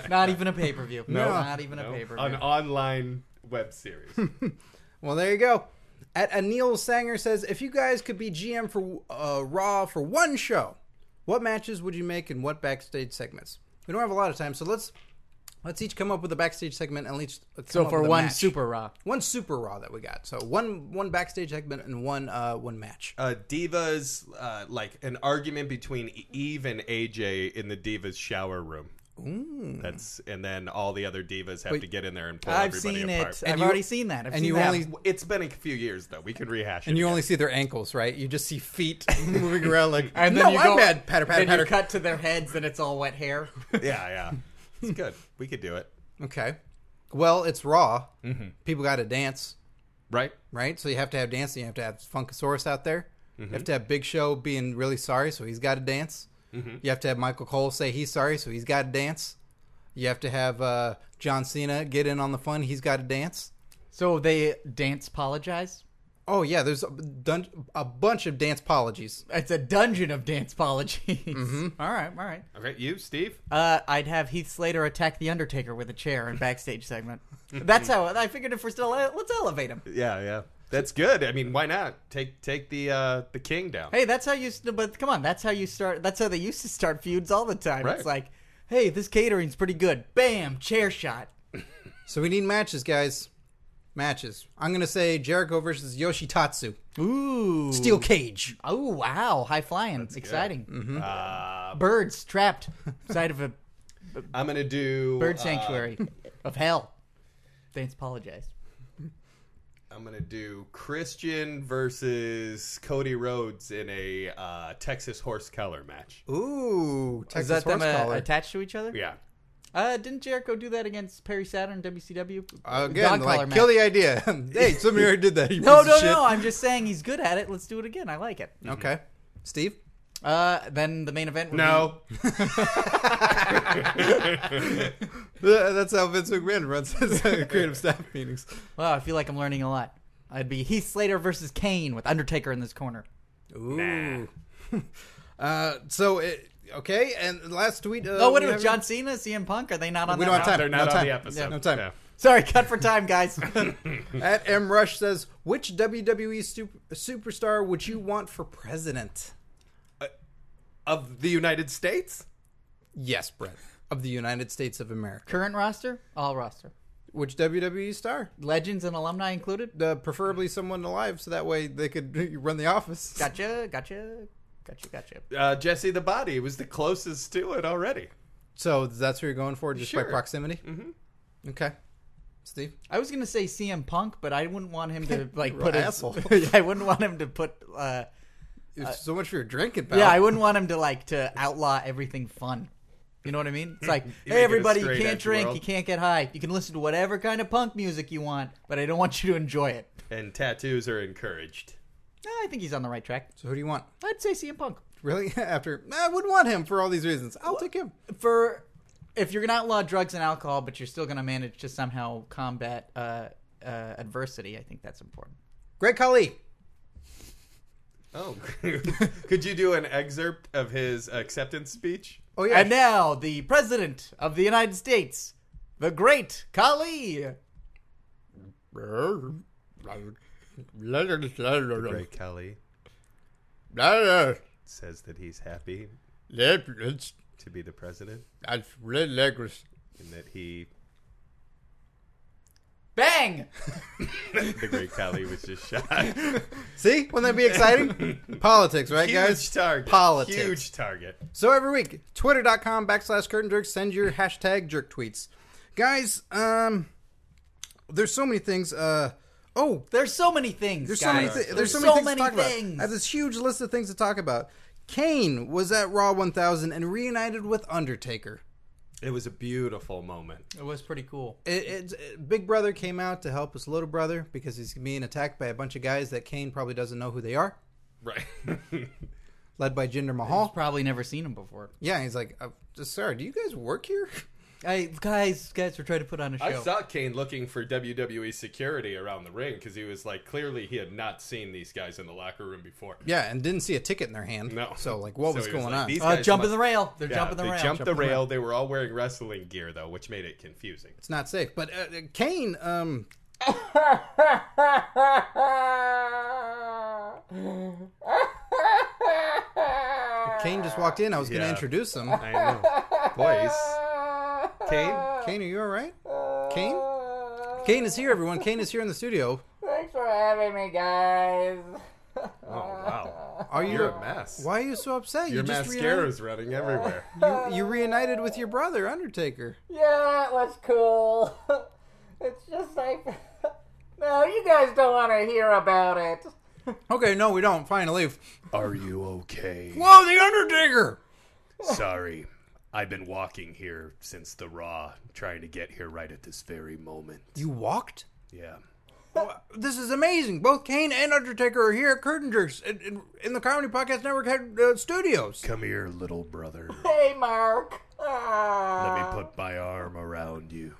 Not even a pay per view. No, not even
No,
a pay per
an
view.
online web series.
Well, there you go. At Anil Sanger says, if you guys could be GM for uh, Raw for one show, what matches would you make and what backstage segments? We don't have a lot of time, so let's let's each come up with a backstage segment and each let's
So
come up
for
with a
one
match.
super raw.
one super Raw that we got. So one one backstage segment and one uh one match.
uh, divas uh, like an argument between Eve and AJ in the divas shower room. That's and then all the other divas have to get in there and pull
I've
everybody
seen
apart.
it. I've
you-
already seen that. I've
and
seen
you
that.
only-
It's been a few years though. We can rehash it.
And you
again.
only see their ankles, right? You just see feet moving around like
and then
no,
you
I'm
go
mad. Patter patter
then you
patter.
cut to their heads and it's all wet hair.
yeah, yeah. It's good. We could do it,
Okay. Well, it's Raw.
Mm-hmm.
People got to dance,
right?
right? So you have to have dancing. You have to have Funkasaurus out there. You
Mm-hmm.
have to have Big Show being really sorry, so he's got to dance.
Mm-hmm.
You have to have Michael Cole say he's sorry, so he's got to dance. You have to have uh, John Cena get in on the fun. He's got to dance.
so they dance apologize.
Oh yeah, there's a, dun- a bunch of dance apologies.
It's a dungeon of dance apologies. All right, all right.
Okay, you, Steve.
Uh, I'd have Heath Slater attack the Undertaker with a chair in backstage segment. That's how I figured. If we're still, uh, let's elevate him.
Yeah, yeah. That's good. I mean, why not take take the uh, the king down?
Hey, that's how you. s- But come on, that's how you start. That's how they used to start feuds all the time.
Right.
It's like, hey, this catering's pretty good. Bam, chair shot.
So we need matches, guys. Matches. I'm gonna say Jericho versus Yoshitatsu.
Ooh,
Steel cage.
Oh wow, high flying, exciting.
Mm-hmm.
Birds trapped inside of a
Uh, I'm gonna do
bird
uh,
sanctuary of hell. Dance apologize.
I'm gonna do Christian versus Cody Rhodes in a uh, Texas horse collar match.
Ooh,
Is
Texas
that them
horse
uh,
collar.
attached to each other?
Yeah.
Uh, didn't Jericho do that against Perry Saturn WCW?
Again,
Dog collar
like, kill
match.
the idea. hey, somebody already did that. you
No,
piece
no,
of Mm-hmm.
no. I'm just saying he's good at it. Let's do it again. I like it.
shit. Okay, Steve.
Uh, then the main event. Would
No.
Th- That's how Vince McMahon runs his uh, creative staff meetings.
Be, well, I feel like I'm learning a lot. I'd be Heath Slater versus Kane with Undertaker in this corner.
Ooh. Uh, so it, okay, and last tweet. Uh,
Oh, what
we
about
have-
John Cena, CM Punk? Are they not on?
We
that
don't have
round?
time.
They're
no
not
time.
on the episode.
No time.
Yeah.
Sorry, cut for time, guys.
At M Rush says, which WWE super, superstar would you want for president?
Of the United States?
Yes, Brett of the United States of America.
Current roster, all roster,
Which WWE star?
legends and alumni included.
Uh, preferably someone alive, so that way they could run the office.
Gotcha, gotcha, gotcha, gotcha.
Uh, Jesse the Body was the closest to it already.
So that's who you're going for, just by
Sure.
proximity. Mm-hmm. Okay, Steve.
I was gonna say CM Punk, but I wouldn't want him to like
You're
put
an
his-
asshole.
I wouldn't want him to put. Uh,
so much for your drinking, pal.
yeah, I wouldn't want him to like to outlaw everything fun. You know what I mean? It's like, hey,
it a
everybody, you
straight
can't
edge
drink,
world.
you can't get high, you can listen to whatever kind of punk music you want, but I don't want you to enjoy it.
And tattoos are encouraged.
No, I think he's on the right track.
So who do you want?
I'd say CM Punk.
Really? After I wouldn't want him for all these reasons. I'll take him.
for if you're gonna outlaw drugs and alcohol, but you're still gonna manage to somehow combat uh, uh, adversity, I think that's important.
Greg Khali.
Oh. Could you do an excerpt of his acceptance speech?
Oh yeah.
And now the president of the United States, the great Kali.
Ray Kelly says that he's happy to be the president and that he,
Bang!
the great Kelly, was just shot.
See, wouldn't that be exciting? Politics, right, guys?
Huge target.
Politics.
Huge target.
So every week, twitter.com backslash curtain jerks, send your hashtag jerk tweets. Guys, um there's so many things. Uh oh,
There's so many things.
There's so
guys.
many. Th- there's so many things to talk about. I have this huge list of things to talk about. Kane was at Raw 1000 and reunited with Undertaker.
It was a beautiful moment.
It was pretty cool.
It, it's- it- Big Brother came out to help his little brother because he's being attacked by a bunch of guys that Kane probably doesn't know who they are,
Right.
led by Jinder
I've
Mahal.
probably never seen him before.
Yeah, he's like, uh, sorry, do you guys work here?
Hey, guys, guys, we're trying to put on a show.
I saw Kane looking for WWE security around the ring because he was like, clearly he had not seen these guys in the locker room before.
Yeah, and didn't see a ticket in their hand.
No.
So, like, what
So
was
he was
going
like,
on?
these
uh,
guys
jumping the
must-
rail. They're
Yeah,
jumping the
they
rail.
jumped the
Jumping the
rail.
rail.
They were all wearing wrestling gear though, which made it confusing.
uh, It's not safe. But uh, Kane, um, Kane just walked in. I was going to
Yeah.
introduce him.
I know. Boys. Kane?
Kane, are you all right? Kane? Kane is here, everyone. Kane is here in the studio.
Thanks for having me, guys.
Oh, wow.
Are you?
You're a mess.
Why are you so upset?
Your
you just
mascara's running everywhere.
reunited, you, you reunited with your brother, Undertaker.
yeah, that was cool. it's just like. no, you guys don't want to hear about it.
Okay, no, we don't. Fine, leave.
Are you okay?
Whoa, the Undertaker!
Sorry. I've been walking here since the Raw, trying to get here right at this very moment.
You walked?
Yeah.
This is amazing. Both Kane and Undertaker are here at Curtain Jerks in, in, in the Comedy Podcast Network head, uh, studios.
Come here, little brother.
Hey, Mark.
Let
Ah,
me put my arm around you.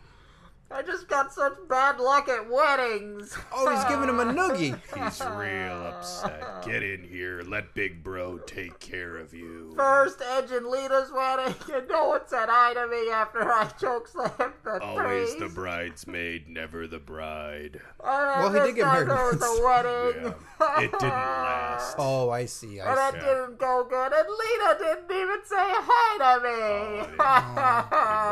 I just got such bad luck at weddings.
Oh, he's giving him a noogie.
He's real upset. Get in here. Let Big Bro take care of you.
First Edge and Lita's wedding, and no one said hi to me after I chokeslammed the
Always the
priest.
bridesmaid, never the bride.
And
Well, he
this
did get
time
married
there was
once.
a wedding.
Yeah. It didn't last.
Oh, I see.
And
I
that
see.
didn't go good, and Lita didn't even say hi to me.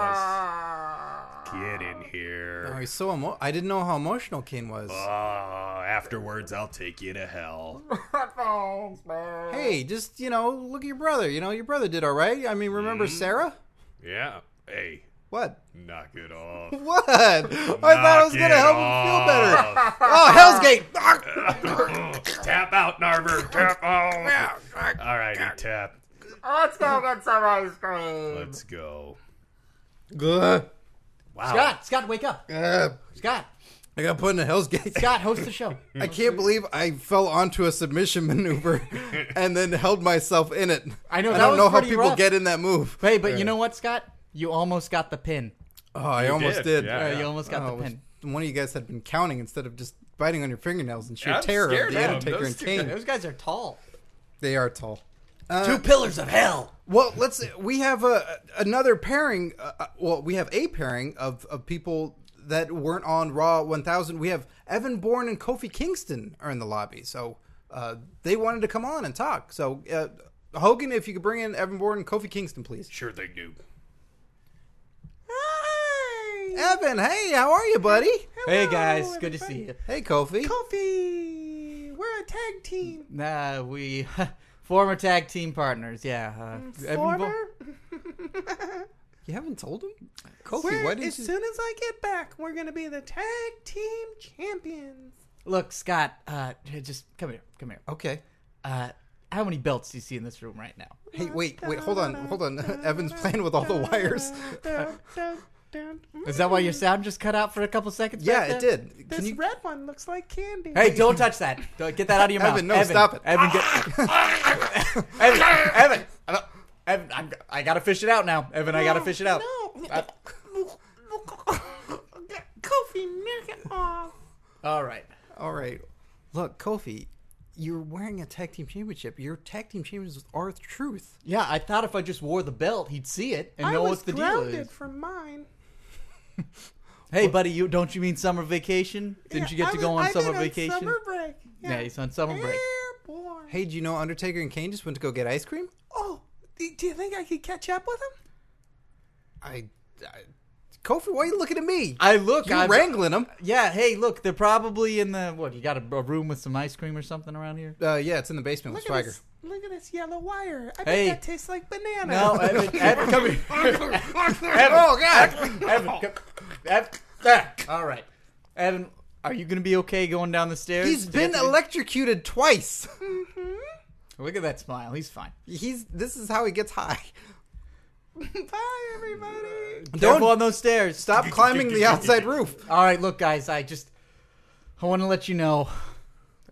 Get in here.
Oh, he's so emo- I didn't know how emotional Kane was.
Ah, afterwards, I'll take you to hell.
Thanks, man.
Hey, just, you know, look at your brother. You know, your brother did all right. I mean, remember Sarah?
Yeah. Hey,
What?
knock it off.
What? I thought I was going to help him feel better. Oh,
Uh,
Hell's Gate! Ah!
better. tap out, Narver. Tap out. All right, he tapped.
Let's go get some ice cream.
Let's go.
Gah.
Wow.
Scott, Scott, wake up. Scott,
I got put in a Hell's Gate.
Scott, host the show.
I can't believe I fell onto a submission maneuver and then held myself in it.
I know,
I
that
don't
was
know how
pretty
people
rough.
get in that move.
Hey, but you know what, Scott? You almost got the pin.
Oh, I almost
did,
did.
yeah.
Uh, you almost got
Oh,
the
it was-
pin.
One of you guys had been counting instead of just biting on your fingernails and sheer
I'm
terror of
scared of
the
'em.
Undertaker
Those
and
two
Kane.
Those guys are tall.
They are tall.
Two pillars of hell.
Well, let's. We have a another pairing. Uh, uh, well, we have a pairing of of people that weren't on Raw 1000. We have Evan Bourne and Kofi Kingston are in the lobby, so uh, they wanted to come on and talk. So uh, Hogan, if you could bring in Evan Bourne and Kofi Kingston, please.
Sure thing, dude.
Evan, hey, how are you, buddy?
hey guys, good to see you.
Hey, Kofi.
Kofi, we're a tag team. Nah, we former tag team partners. Yeah,
Mm,
uh, Evan Bo-
You haven't told him, Kofi. Why did you?
as I get back, we're gonna be the tag team champions.
Look, Scott, uh, just come here, come here.
Okay.
Uh, how many belts do you see in this room right now?
Hey, wait, wait, hold on, hold on. Evan's playing with all the wires.
Is that why your
Mm.
sound just cut out for a couple seconds?
Yeah,
back
it
there?
did. Can
This
you?
red one looks like candy.
Hey, don't touch that. Don't, get that out of your mouth.
Evan, no, stop it.
Evan, get, Evan, Evan, I don't- Evan, I'm, I gotta fish it out now. Evan, I gotta fish it out. Uh,
No. Kofi, knock it off.
All right.
All right. Look, Kofi, you're wearing a tag team championship. Your tag team champions are truth.
Yeah, I thought if I just wore the belt, he'd see it and
I
know
was
what the deal
grounded
is.
from mine.
Hey, buddy, you don't you mean summer vacation? Didn't you get
I
to
was-
go on
I've
summer
been on
vacation?
Summer break.
Yeah, he's on summer break.
Airborne.
Hey, do you know Undertaker and Kane just went to go get ice cream?
Oh, do do you think I could catch up with him?
I, I Kofi, why are you looking at me?
I look,
you're
I'm,
wrangling them.
Yeah, hey, look, they're probably in the what? You got a, a room with some ice cream or something around here?
Uh, yeah, it's in the basement
Look
with
at
Swagger.
this. Look at this yellow wire. I
Hey.
bet that tastes like banana.
No, Evan, Evan, come here. Evan,
Oh God!
Evan, come, Evan, ah, all right, Evan, are you gonna be okay going down the stairs?
He's
to
been
get to me?
electrocuted twice.
Look at that smile. He's fine.
He's this is how he gets high.
Bye, everybody.
Don't-
Don't on those stairs.
Stop climbing the outside roof.
All right, look, guys, I just I want to let you know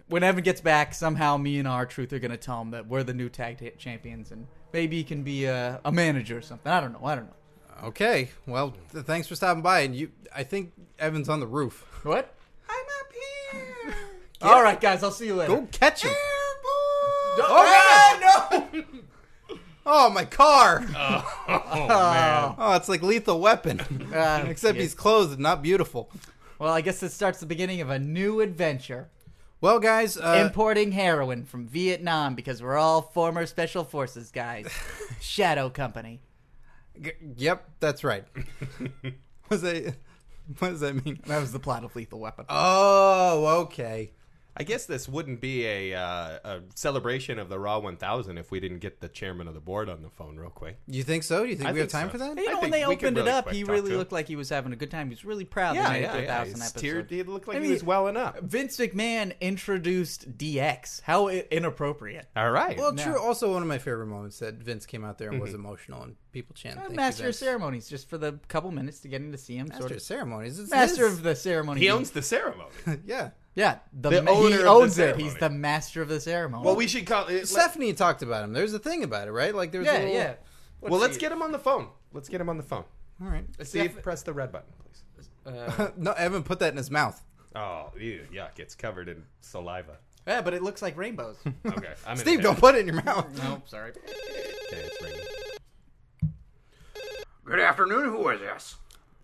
when Evan gets back, somehow me and our truth are gonna tell him that we're the new tag t- champions, and maybe he can be a, a manager or something. I don't know. I don't know.
Okay, well, th- thanks for stopping by. And you, I think Evan's on the roof.
What?
I'm up here.
All right, guys, I'll see you later.
Go catch him.
Airborne.
Don't-
Oh,
Ah, no!
Oh, my car.
Oh, man.
Oh, it's like Lethal Weapon.
Uh,
Except
yeah.
he's clothed and not beautiful.
Well, I guess this starts the beginning of a new adventure.
Well, guys, uh,
Importing heroin from Vietnam because we're all former special forces guys. Shadow Company.
g- yep, that's right. was that? What does that mean?
That was the plot of Lethal Weapon.
Oh, okay.
I guess this wouldn't be a, uh, a celebration of the Raw 1000 if we didn't get the chairman of the board on the phone real quick.
You think so? Do you think
I
we
think
have time
so.
for that?
you
I
know, when
think
they
we
opened
could
it
really
up,
quick
he
talk
really
to him.
looked like he was having a good time. He was really proud that they made it to a thousand
His
episodes.
tear- He looked like
I
he
mean- uh,
was welling up.
Vince McMahon introduced DX. How i- inappropriate.
All right.
Well,
No.
true. Also, one of my favorite moments that Vince came out there and was emotional, and people chanted. "Thank you,
Uh, Master of
Vince."
ceremonies, just for the couple minutes to get in to see him.
Master of ceremonies. It's
master
his.
of the ceremony.
he owns the ceremony.
yeah.
Yeah, the,
The
ma-
owner of
he
the
owns it.
ceremony.
He's the master of the ceremony.
well, we should call it. Let,
Stephanie talked about him. There's a thing about it, right? Like there's a
yeah,
little-
yeah.
well, let's get him on the phone. Let's get him on the phone.
All right.
Steve, press the red button, please.
no, Evan put that in his mouth.
Oh, ew, yuck. It's covered in saliva.
Yeah, but it looks like rainbows.
Okay. I'm in
Steve,
there.
don't put it in your mouth.
oh, sorry.
Okay, it's ringing.
Good afternoon. Who is this?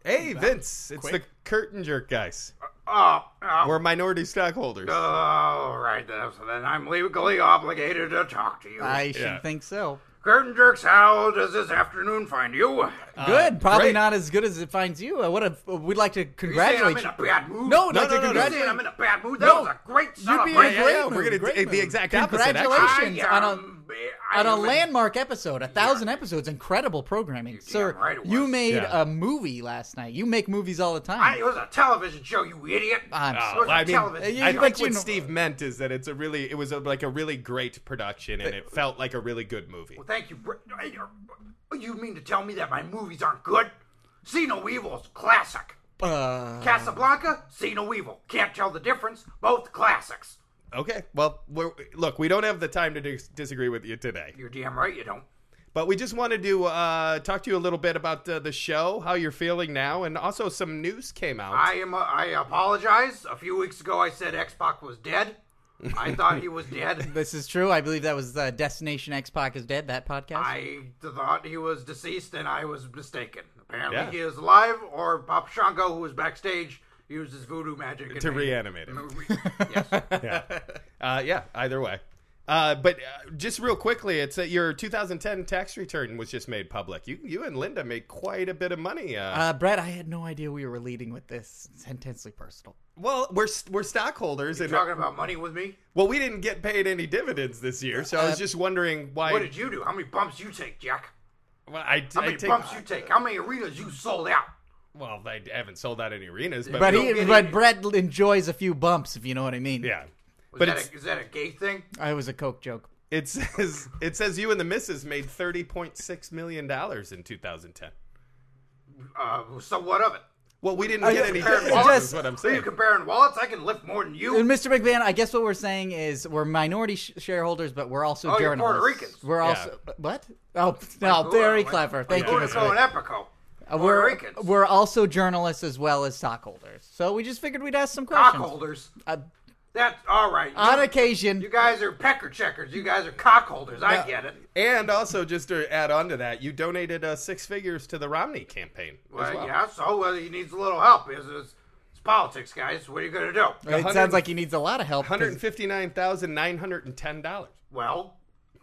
Hey, Vince. It's the curtain jerk guys.
Oh, oh,
We're minority stockholders.
Uh, all Oh, right. Then, so then I'm legally obligated to talk to you.
I should
Yeah.
think so.
Curtain jerks. How does this afternoon find you? You
good. Probably
Uh, great.
not as good as it finds you. I would have. We'd like to
saying I'm
congratulate
in
you.
a bad mood?
No, I'd like to
no, no, no.
You're
congratulate.
saying I'm in a bad mood. That
No.
was a Oh, great
You're being
celebration.
great.
yeah,
mood,
we're gonna
great
do the
mood.
exact opposite.
Congratulations.
Actually.
I
Congratulations on a-
am- I
on a
am in-
landmark episode, a thousand episodes, incredible programming, sir.
right it was.
you made
Yeah.
a movie last night. You make movies all the time.
I, it was a television show, you idiot.
I'm
It
sorry.
was a
Well, Uh, I mean,
television
you-
I
but
think
you
what
know-
Steve meant is that it's a really, it was a, like a really great production, and it felt like a really good movie.
Well, thank you. Br- I- uh, You mean to tell me that my movies aren't good? See No Evil's classic.
Uh,
Casablanca, See No Evil. Can't tell the difference. Both classics.
Okay, well, we're, look, we don't have the time to dis- disagree with you today,
You're damn right you don't.
but we just wanted to uh, talk to you a little bit about uh, the show, how you're feeling now, and also some news came out.
I am. Uh, I apologize. A few weeks ago, I said X Pac was dead. I thought he was dead.
this is true. I believe that was uh, Destination X Pac is dead. That podcast.
I thought he was deceased, and I was mistaken. Apparently,
Yeah.
he is alive. Or Pop Shango, who was backstage, used his voodoo magic and
to
made-
reanimate him.
Yes.
yeah. Uh, yeah, either way. Uh, but uh, just real quickly, it's that your 2010 tax return was just made public. You, you and Linda made quite a bit of money. Uh,
uh, Brett, I had no idea we were leading with this. It's intensely personal.
well, we're st- we're stockholders, and
Talking about money with me.
well, we didn't get paid any dividends this year. So I was just wondering why.
Uh, What did you do? How many bumps you take, Jack?
well, I,
How
I
many
take-
bumps you take? How many arenas you sold out?
Well, I haven't sold out any arenas, but,
But
we-
he,
get
but
it.
Brett enjoys a few bumps, if you know what I mean.
yeah.
Was
But
that
it's,
a, is that a gay thing?
I was a coke joke.
it says it says you and the missus made thirty point six million dollars in 2010.
Uh, so what of it?
Well, we didn't
Are
get
you-
any
it
dividends.
just-
is what I'm
Are you
saying.
comparing wallets? I can lift more than you.
And Mr. McMahon, I guess what we're saying is we're minority sh- shareholders, but we're also
Oh, you're
journalists.
Puerto Ricans.
We're also what? Oh, no,
Cool,
very
like-
clever. Thank
like
you, Mr.
Unico
McMahon.
and Epico.
Uh,
Puerto
we're
Ricans.
we're also journalists as well as stockholders. So we just figured we'd ask some questions.
cockholders.
Uh,
That's all right. You,
on occasion,
you guys are pecker checkers. You guys are cockholders. I get it.
And also, just to add on to that, you donated uh, six figures to the Romney campaign.
Well,
as well.
yeah. So well, he needs a little help. It's, it's, it's politics, guys. What are you gonna do?
it sounds like he needs a lot of help. 'cause-
Hundred fifty-nine thousand nine hundred and ten dollars.
Well,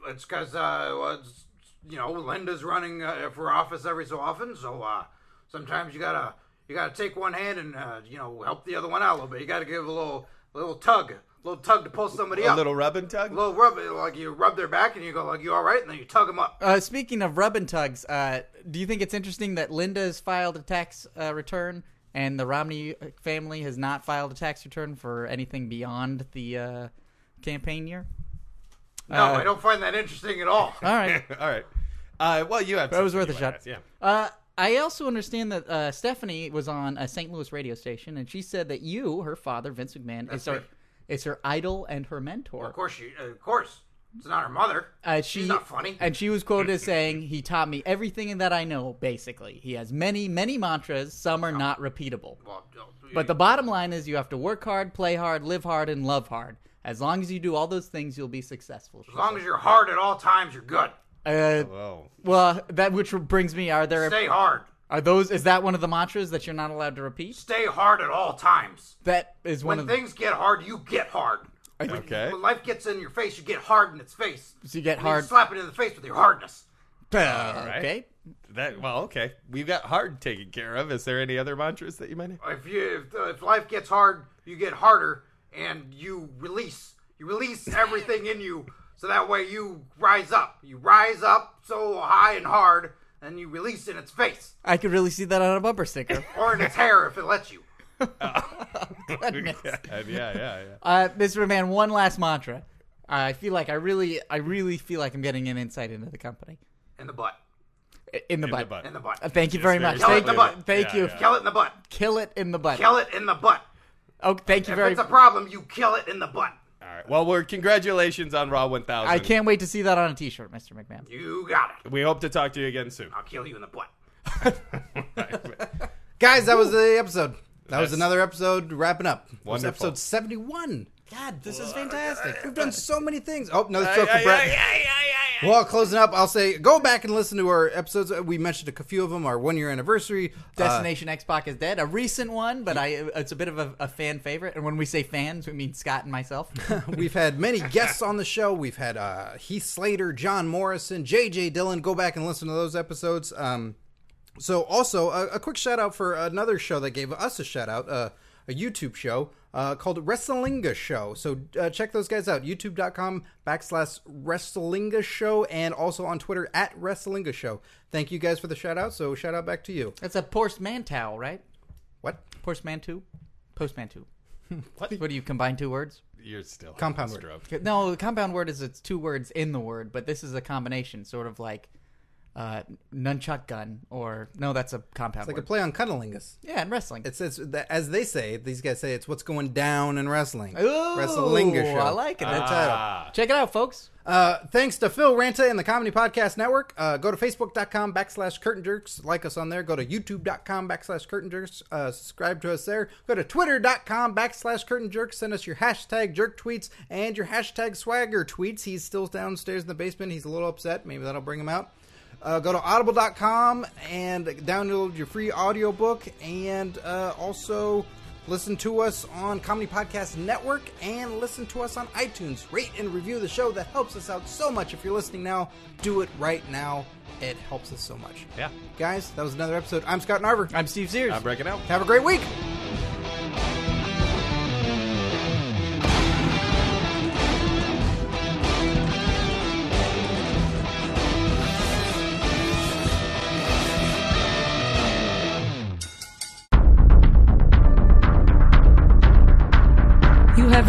it's because uh, well, it's, you know Linda's running uh, for office every so often, so uh, sometimes you gotta you gotta take one hand and uh, you know help the other one out a little bit. You gotta give a little little tug, a little tug to pull somebody
A
up.
little rub and tug.
A little rub, like you rub their back and you go like you all right, and then you tug them up.
Uh, speaking of rub and tugs, uh, do you think it's interesting that Linda has filed a tax uh, return and the Romney family has not filed a tax return for anything beyond the uh, campaign year?
No,
Uh,
I don't find that interesting at all.
All right,
All right. Uh, well, you have.
that was worth
something
a
you
shot.
wanna ask, Yeah.
Uh, I also understand that uh, Stephanie was on a St. Louis radio station, and she said that you, her father, Vince McMahon, is her
me.
is her idol and her mentor.
Of course, she, uh, of course, it's not her mother.
Uh, she,
She's not funny.
And she was quoted as saying, "He taught me everything that I know. Basically, he has many, many mantras. Some are not repeatable.
Well, no,
But the bottom line is, you have to work hard, play hard, live hard, and love hard. As long as you do all those things, you'll be successful."
as long as you're hard at all times, you're good.
Uh,
Whoa.
well, that which brings me: Are there
Stay hard.
are those? Is that one of the mantras that you're not allowed to repeat?
Stay hard at all times.
That is one
when
of.
things get hard, you get hard.
Okay.
When life gets in your face, you get hard in its face.
So you get
I mean,
hard.
slap it in the face with your hardness.
Uh,
right.
Okay.
That well, okay. We've got hard taken care of. Is there any other mantras that you might have?
If you if, if life gets hard, you get harder, and you release. You release everything in you, so that way you rise up. You rise up so high and hard, and you release in its face
I could really see that on a bumper sticker.
or in its hair if it lets you.
yeah, yeah, yeah.
Uh, Mr. Man, one last mantra. I feel like I really, I really feel like I'm getting an insight into the company.
In the butt.
I- In the
In
butt.
the butt.
In the butt.
Uh, thank you very
very
much.
Kill it
Thank,
in the butt.
thank
Yeah,
you.
yeah.
Kill it in the butt.
Kill it in the butt.
Kill it in the butt.
Oh, thank you
If
very
it's a
much.
problem, you kill it in the butt.
All right. Well, we're congratulations on Raw 1000.
I can't wait to see that on a T-shirt, Mr. McMahon.
You got it.
We hope to talk to you again soon.
I'll kill you in the butt.
Guys, that was the episode. That was
Yes.
another episode wrapping up. That was
Wonderful.
episode 71. God, this is fantastic.
Oh
We've done so many things. Oh, another
Ay,
joke for
ay,
Brett.
ay, ay, ay, ay, ay.
Well, closing up, I'll say go back and listen to our episodes. We mentioned a few of them, our one year anniversary. Uh,
Destination X Pac is dead, a recent one, but I it's a bit of a, a fan favorite. And when we say fans, we mean Scott and myself.
We've had many guests on the show. We've had uh, Heath Slater, John Morrison, J.J. Dillon. Go back and listen to those episodes. Um, so, also, a, a quick shout out for another show that gave us a shout out, uh, a YouTube show uh, called Wrestlinga Show. So, uh, check those guys out youtube.com backslash Wrestlinga Show and also on Twitter at Wrestlinga Show. Thank you guys for the shout out. So, shout out back to you.
That's a Porstmantow, right?
What?
Porstmantou, Postmantou.
What?
What do you combine two words?
You're still having
Compound
a
word.
stroke.
No, the compound word is it's two words in the word, but this is a combination, sort of like uh, nunchuck gun or no, that's a compound
Like a
word.
play on Cunnilingus.
yeah, in wrestling.
It says, that- as they say, these guys say it's what's going down in wrestling.
Ooh,
Wrestlinga show.
I like it. That's
Ah.
Check it out, folks.
Uh, thanks to Phil Ranta and the Comedy Podcast Network. Uh, go to facebook.com backslash curtain jerks. Like us on there. Go to youtube.com backslash curtain jerks. Uh, subscribe to us there. Go to twitter.com backslash curtain jerks. Send us your hashtag jerk tweets and your hashtag swagger tweets. He's still downstairs in the basement. He's a little upset. Maybe that'll bring him out. Uh, go to audible.com and download your free audiobook and uh, also listen to us on Comedy Podcast Network and listen to us on iTunes. Rate and review the show. That helps us out so much. If you're listening now, do it right now. It helps us so much.
Yeah.
Guys, that was another episode. I'm Scott Narver.
I'm Steve Sears.
I'm breaking out.
Have a great week.
You have